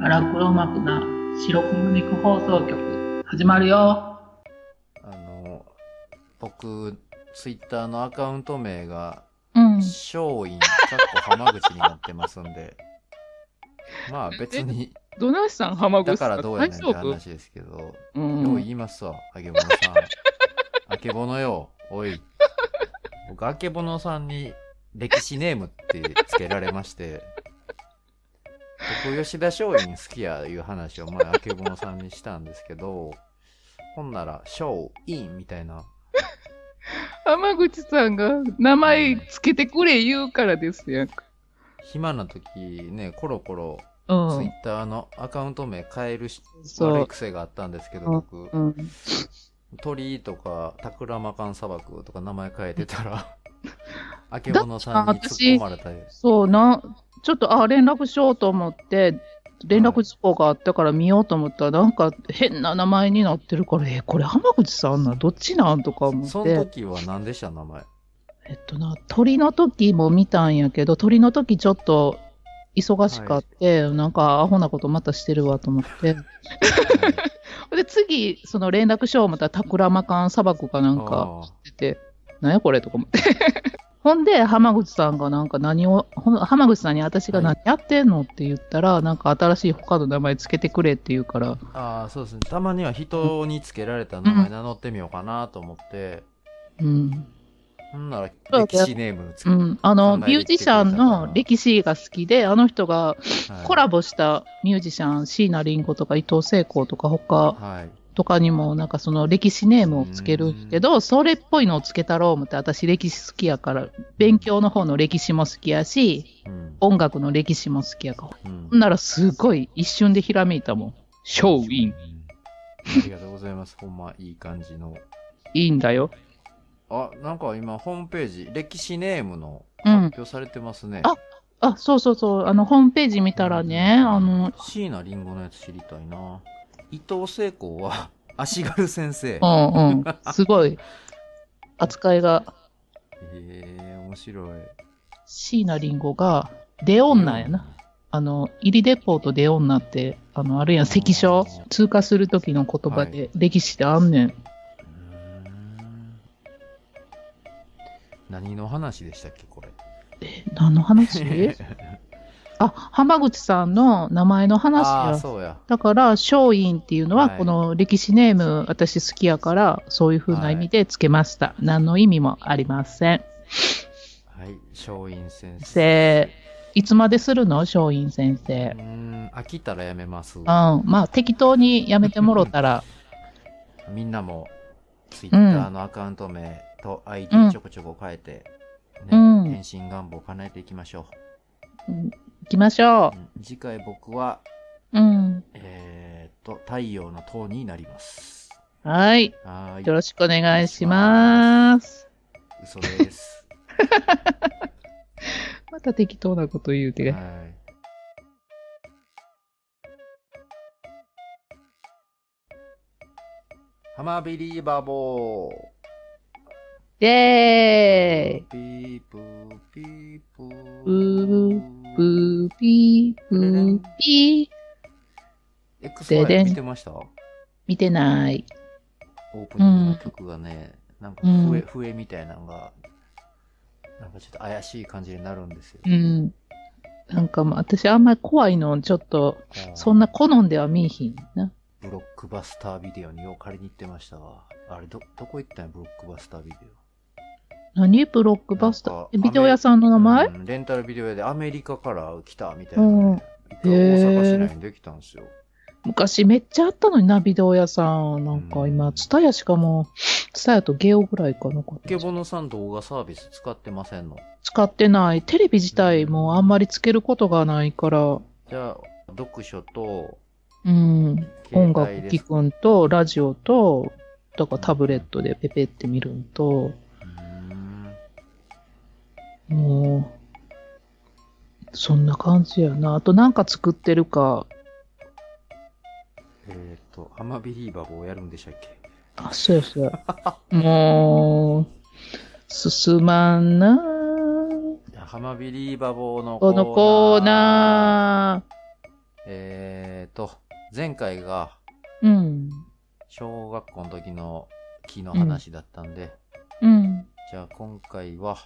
腹黒幕な白黒肉放送局、始まるよあの、僕、ツイッターのアカウント名が、うん。松陰、かっこ浜口になってますんで、まあ別に、どないしたん浜口ださからどうやねんっ大て丈夫話ですけど、よう。うん言いますわ、あけぼのさん。あけぼのよ、おい。僕、あけぼのさんに歴史ネームってつけられまして、僕、吉田松陰好きやいう話を前、あけぼのさんにしたんですけど、ほんなら、松陰みたいな浜口さんが名前つけてくれ言うからですやんか。暇な時ね、コロコロ、うツイッん。ターのアカウント名変えるし悪そい癖があったんですけど、うん僕う。、うん。鳥居とか、タクラマカン砂漠とか名前変えてた ら、あけぼのさんに突っ込まれたり。そうな、ちょっと、あ、連絡しようと思って、連絡事項があったから見ようと思ったら、なんか変な名前になってるから、え、これ浜口さんな、どっちなんとか思そっのて。時は何でした名前。えっとな、鳥の時も見たんやけど、鳥の時ちょっと忙しかって、なんかアホなことまたしてるわと思って。で、次、その連絡書をまたタクラマカン砂漠かなんかあしてて、なんやこれとか思って。 ほんで、浜口さんがなんか何を、ほん浜口さんに私がは何やってんのって言ったら、なんか新しい他の名前つけてくれって言うから、ーあー、そうですね。たまには人につけられた名前名乗ってみようかなと思って、うん。ほんならそう歴史ネームつけ、うはん。あの、考えミューてジきてくれシたャなンの歴史が好きで、あの人がいコラボしたミュージシャン、椎名林檎とか伊藤聖子とか他はい。とかにも、なんかその歴史ネームをつけるけど、それっぽいのをつけたろう思って、私歴史好きやから、勉強の方の歴史も好きやし、うん。音楽の歴史も好きやから。うんほんならすごい一瞬でひらめいたもん。ショーウィン。ありがとうございます。ほんま、いい感じの。いいんだよ。あ、なんか今、ホームページ、歴史ネームのうん発表されてますね。ああ、そうそうそう。あの、ホームページ見たらね、あの、椎名林檎のやつ知りたいな。伊藤聖 子は、足軽先生。うん うん。すごい。扱いが、ええ面白い。椎名林檎が、出女やな。。あの、入りデポート出女って、あの、あるやん、関所あー通過する時の言葉で、歴史であんねん。うーん何の話でしたっけ、これ。え、何の 話あ、浜口さんの名前の話ああ、や。そうや。だから、松陰っていうのは、はいこの歴史ネーム、私好きやから、そういう風な意味でつけました。何の意味もありません。はい、松陰先生。せいつまでするの松陰先う生。ーん、飽きたらやめますうん。。まあ、適当にやめてもろたら、みんなも、ツイッターのアカウント名と ID ちょこちょこ変えて、ねうん返信願望を叶えていきましょうん行きましょう。うん次回僕は、う。うん。えー、っと、太陽の塔になります。はい。はーい。よろしくお願いします。嘘です。また適当なこと言うて。はい。ハマビリーバボー。イェーイピープーピープー。ブーブーピー、ブーピー。 X ファイル見てましたオ見てない。ープニングの曲がね、なんか笛,、うん笛みたいなのが、なんかちょっと怪しい感じになるんですよ。うん。なんかもう私あんまり怖いの、ちょっと、そんな好んでは見えひんな。ブロックバスタービデオによう借りに行ってましたわ。あれ、ど、どこ行ったんや、ブロックバスタービデオ。何ブロックバスタなんーか。えビデオ屋さんの名前うんレンタルビデオ屋でアメリカから来たみたいなね、うん一回大阪市内にできたんですよ。昔めっちゃあったのにな、ビデオ屋さん。なんうかん今、ツタヤしかもう、ツタヤとゲオぐらいかな。あけぼのさん動画サービス使ってませんの使ってない。テレビ自体もあんまりつけることがないから、じゃあ、読書と、うん。音楽携帯で聴すくんと、ラジオと、だからタブレットでペペって見るんと、うーんもう、そんな感じやな。あとなんか作ってるか、えっ、と、アマビリーバボーやるんでしたっけあ、そうやそうや。もう、進まんな。じゃあハマビリーバボーのこのコーナー。えーと、前回がうん。小学校の時の木の話だったんで、うん。じゃあ今回は、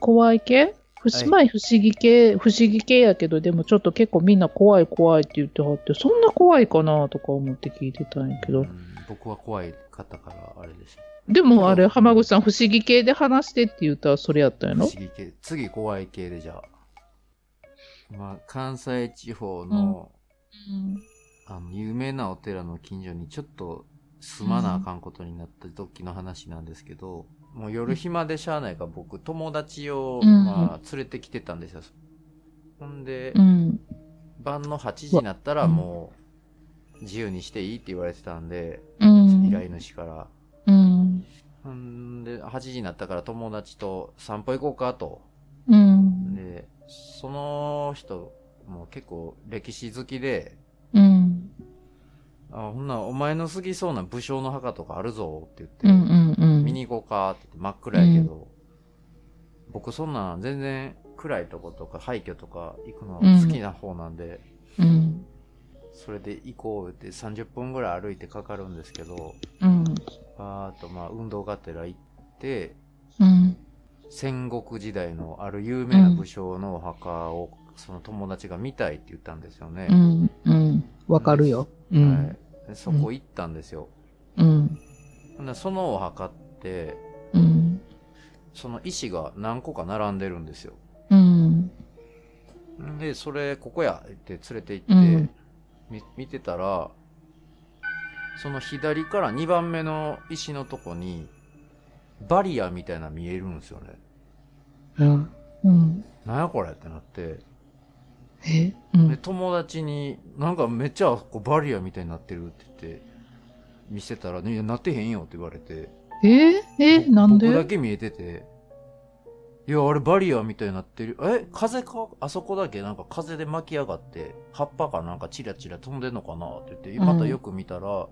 怖い系ふしまい不思議系、不思議系やけど、でもちょっと結構みんな怖い怖いって言ってはって、そんな怖いかなとか思って聞いてたんやけうど。ん僕は怖い方からあれでした。でもあれ、浜口さん不思議系で話してって言ったらそれやったんや不ろ思議系。次怖い系でじゃあ。まあ、関西地方の,、あの有名なお寺の近所にちょっと住まなあかんことになった時の話なんですけど、もう夜暇でしゃあないから僕友達を、うんまあ、連れてきてたんですよ。ほんで、うん。晩の8時になったらもう自由にしていいって言われてたんで、うん。依頼主から。うん。ほんで、8時になったから友達と散歩行こうかと。うん。で、その人も結構歴史好きで、うん。あほんならお前の好きそうな武将の墓とかあるぞってう言って、ん。うん。見に行こうかって言って真っ暗やけど、僕そんなん全然暗いとことか廃墟とか行くの好きな方なんで、うん。それで行こうって30分ぐらい歩いてかかるんですけど、うん。あーっとまあ運動がてら行って、うん。戦国時代のある有名な武将のお墓をその友達が見たいって言ったんですよね。うん。うん。わかるよ。うはん。い、でそこ行ったんですよ、うん。ほんならそのお墓ってうん。その石が何個か並んでるんですようん。でそれここやって連れて行って、うんみ見てたらその左から2番目の石のとこにバリアみたいなの見えるんですよねうん。なんやこれってなってえうでん。友達になんかめっちゃこうバリアみたいになってるって言って見せたら、ね、いやなってへんよって言われてええぼなんで僕だけ見えてて。いや、あれバリアみたいになってる。え風かあそこだけなんか風で巻き上がって、葉っぱかなんかチラチラ飛んでんのかなって言って、うんまたよく見たら、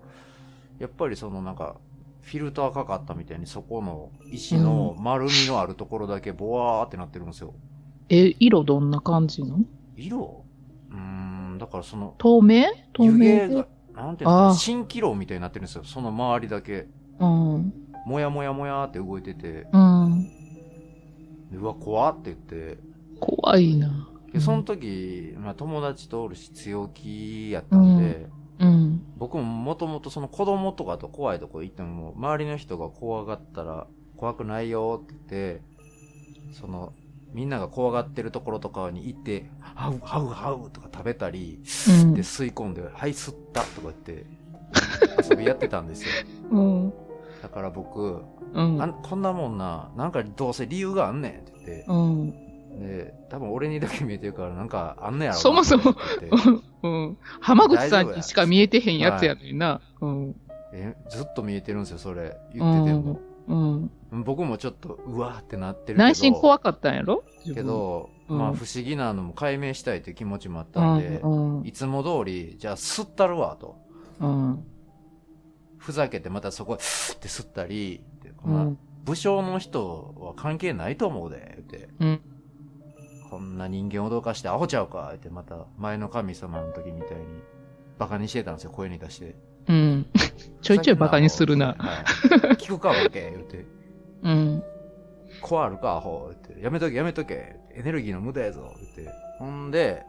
やっぱりそのなんか、フィルターかかったみたいにそこの石の丸みのあるところだけボワーってなってるんですよ。え、色どんな感じの色うーん、だからその、透明透湯明気でが、なんていうのあー蜃気楼みたいになってるんですよ。その周りだけ。うん。もやもやもやーって動いてて、うん。うわ、怖って言って、怖いな。でその時、まあ、友達とおるし強気やったんで、うん。僕ももともとその子供とかと怖いとこ行っても周りの人が怖がったら怖くないよって言ってそのみんなが怖がってるところとかに行って「ハウハウハウ」とか食べたりうんで吸い込んで「はい吸った」とか言って遊びやってたんですようん。だから僕うん。あんこんなもんななんかどうせ理由があんねんって言ってうん。で多分俺にだけ見えてるからなんかあんねやろなそもそもって言ってうん。浜口さんにしか見えてへんやつやのにな。うん。えずっと見えてるんですよそれ言ってても、うん。僕もちょっとうわーってなってるけど内心怖かったんやろけ、ど、うんまあ不思議なのも解明したいという気持ちもあっうたんん。で、うん。いつも通りじゃあ吸ったるわとうん。ふざけてまたそこスッって吸ったりって、うまあん。武将の人は関係ないと思うでって、うんこんな人間を脅かしてアホちゃうかってまた前の神様の時みたいにバカにしてたんですよ声に出して うん。ちょいちょいバカにするな。はい聞くかわけ言ってうん。怖あるか、アホって。やめとけ、やめとけ。エネルギーの無駄やぞ。って。ほんで、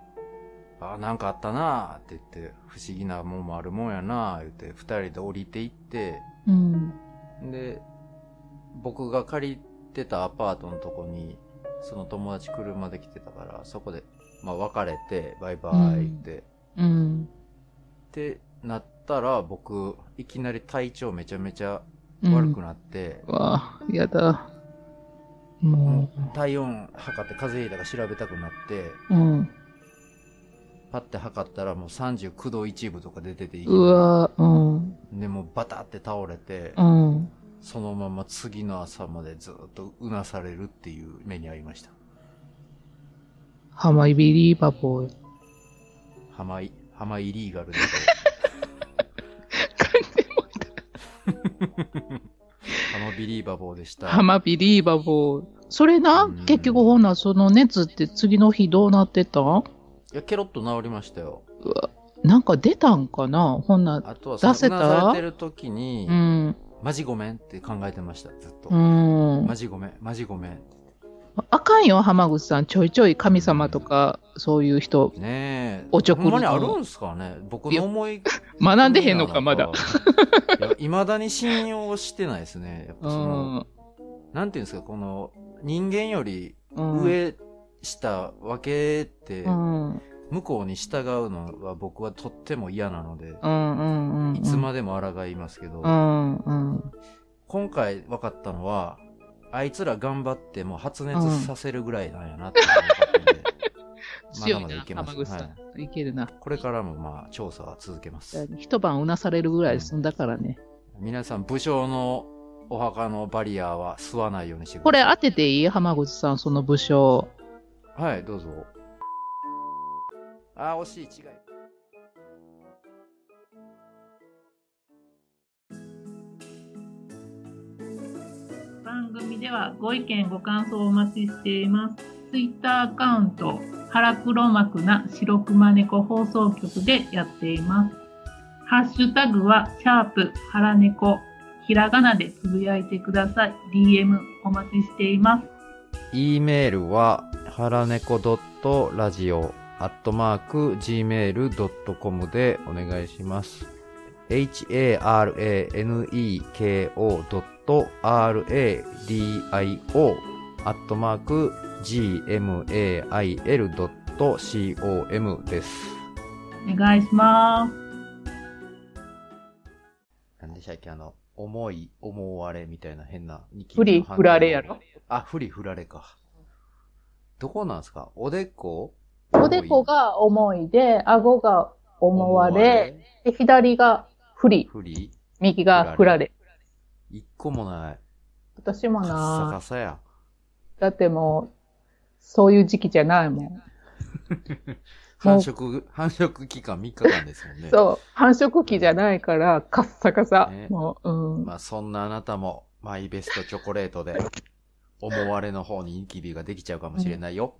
あ、なんかあったなって言って、不思議なもんもあるもんやな言って、二人で降りていって、うん。で、僕が借りてたアパートのとこに、その友達車で来てたから、そこで、まあ別れて、バイバイって、うん。ってなったら、僕、いきなり体調めちゃめちゃうん悪くなって、わあ、やだ。も体温測って風邪ひいたか調べたくなって、う、うん。パッて測ったらもう39度1分とか出てていいけうどわあ、うん。でもうバタって倒れて、うん。そのまま次の朝までずっとうなされるっていう目に遭いましたハマイビリーバボー。浜井浜井リーガルで浜ビリーバボーでしたハマビリーバボー。それな、うん結局ほな、その熱って次の日どうなってたんいやケロッと治りましたよなんか出たんかなほんな。あとは、出せた散乱されてる時に、うん。マジごめんって考えてました、ずっと。うんマ。ジごめん、マジごめん。あかんよ、浜口さん。ちょいちょい神様とか、そういう人。ねえ。おちょくほりんとまにあるんすかね僕の思い。学んでへんのか、まだ。。 いまだに信用してないですね。やっぱうその、ん。なんていうんですか、この、人間よりうん。上、下、分けってう、ん。うん。向こうに従うのは僕はとっても嫌なので、うん。うん。うんいつまでも抗いますけどう、ん。うん。今回分かったのは、あいつら頑張っても発熱させるぐらいなんやなって思ったんで、ま 強だいまだいなけ、ま浜す。口さはん。いい、けるな。これからもまあ調査は続けます。一晩うなされるぐらい済んだからね。皆さん、武将のお墓のバリアは吸わないようにしてくこだれさい。当てていい浜口さん、その武将。これはい、どうぞ。あー、惜しい、違い。番組ではご意見ご感想をお待ちしています。ツイッターアカウント「腹黒幕な白熊猫放送局」でやっています。ハッシュタグは「シャープ腹猫」ひらがなでつぶやいてください。DM お待ちしています。 E メールは、はらねこ .radio.gmail.com でお願いします。haraneko.radio アットマーク gmail.com です。お願いします。なんでしたっけあの、思い、思われみたいな変な。不利不られやろ。あ、不利不られか。どこなんですかおでこおでこが思いで、顎が思われ、。で左が振り、不利右が振られ。一個もない。私もカッサなカサや。だってもう、そういう時期じゃないもん。繁殖、繁殖期間3日間ですもんね。そう、繁殖期じゃないから、カッサカサ。ねもう、うん。まあそんなあなたも、マイベストチョコレートで、思われの方にニキビができちゃうかもしれないよ。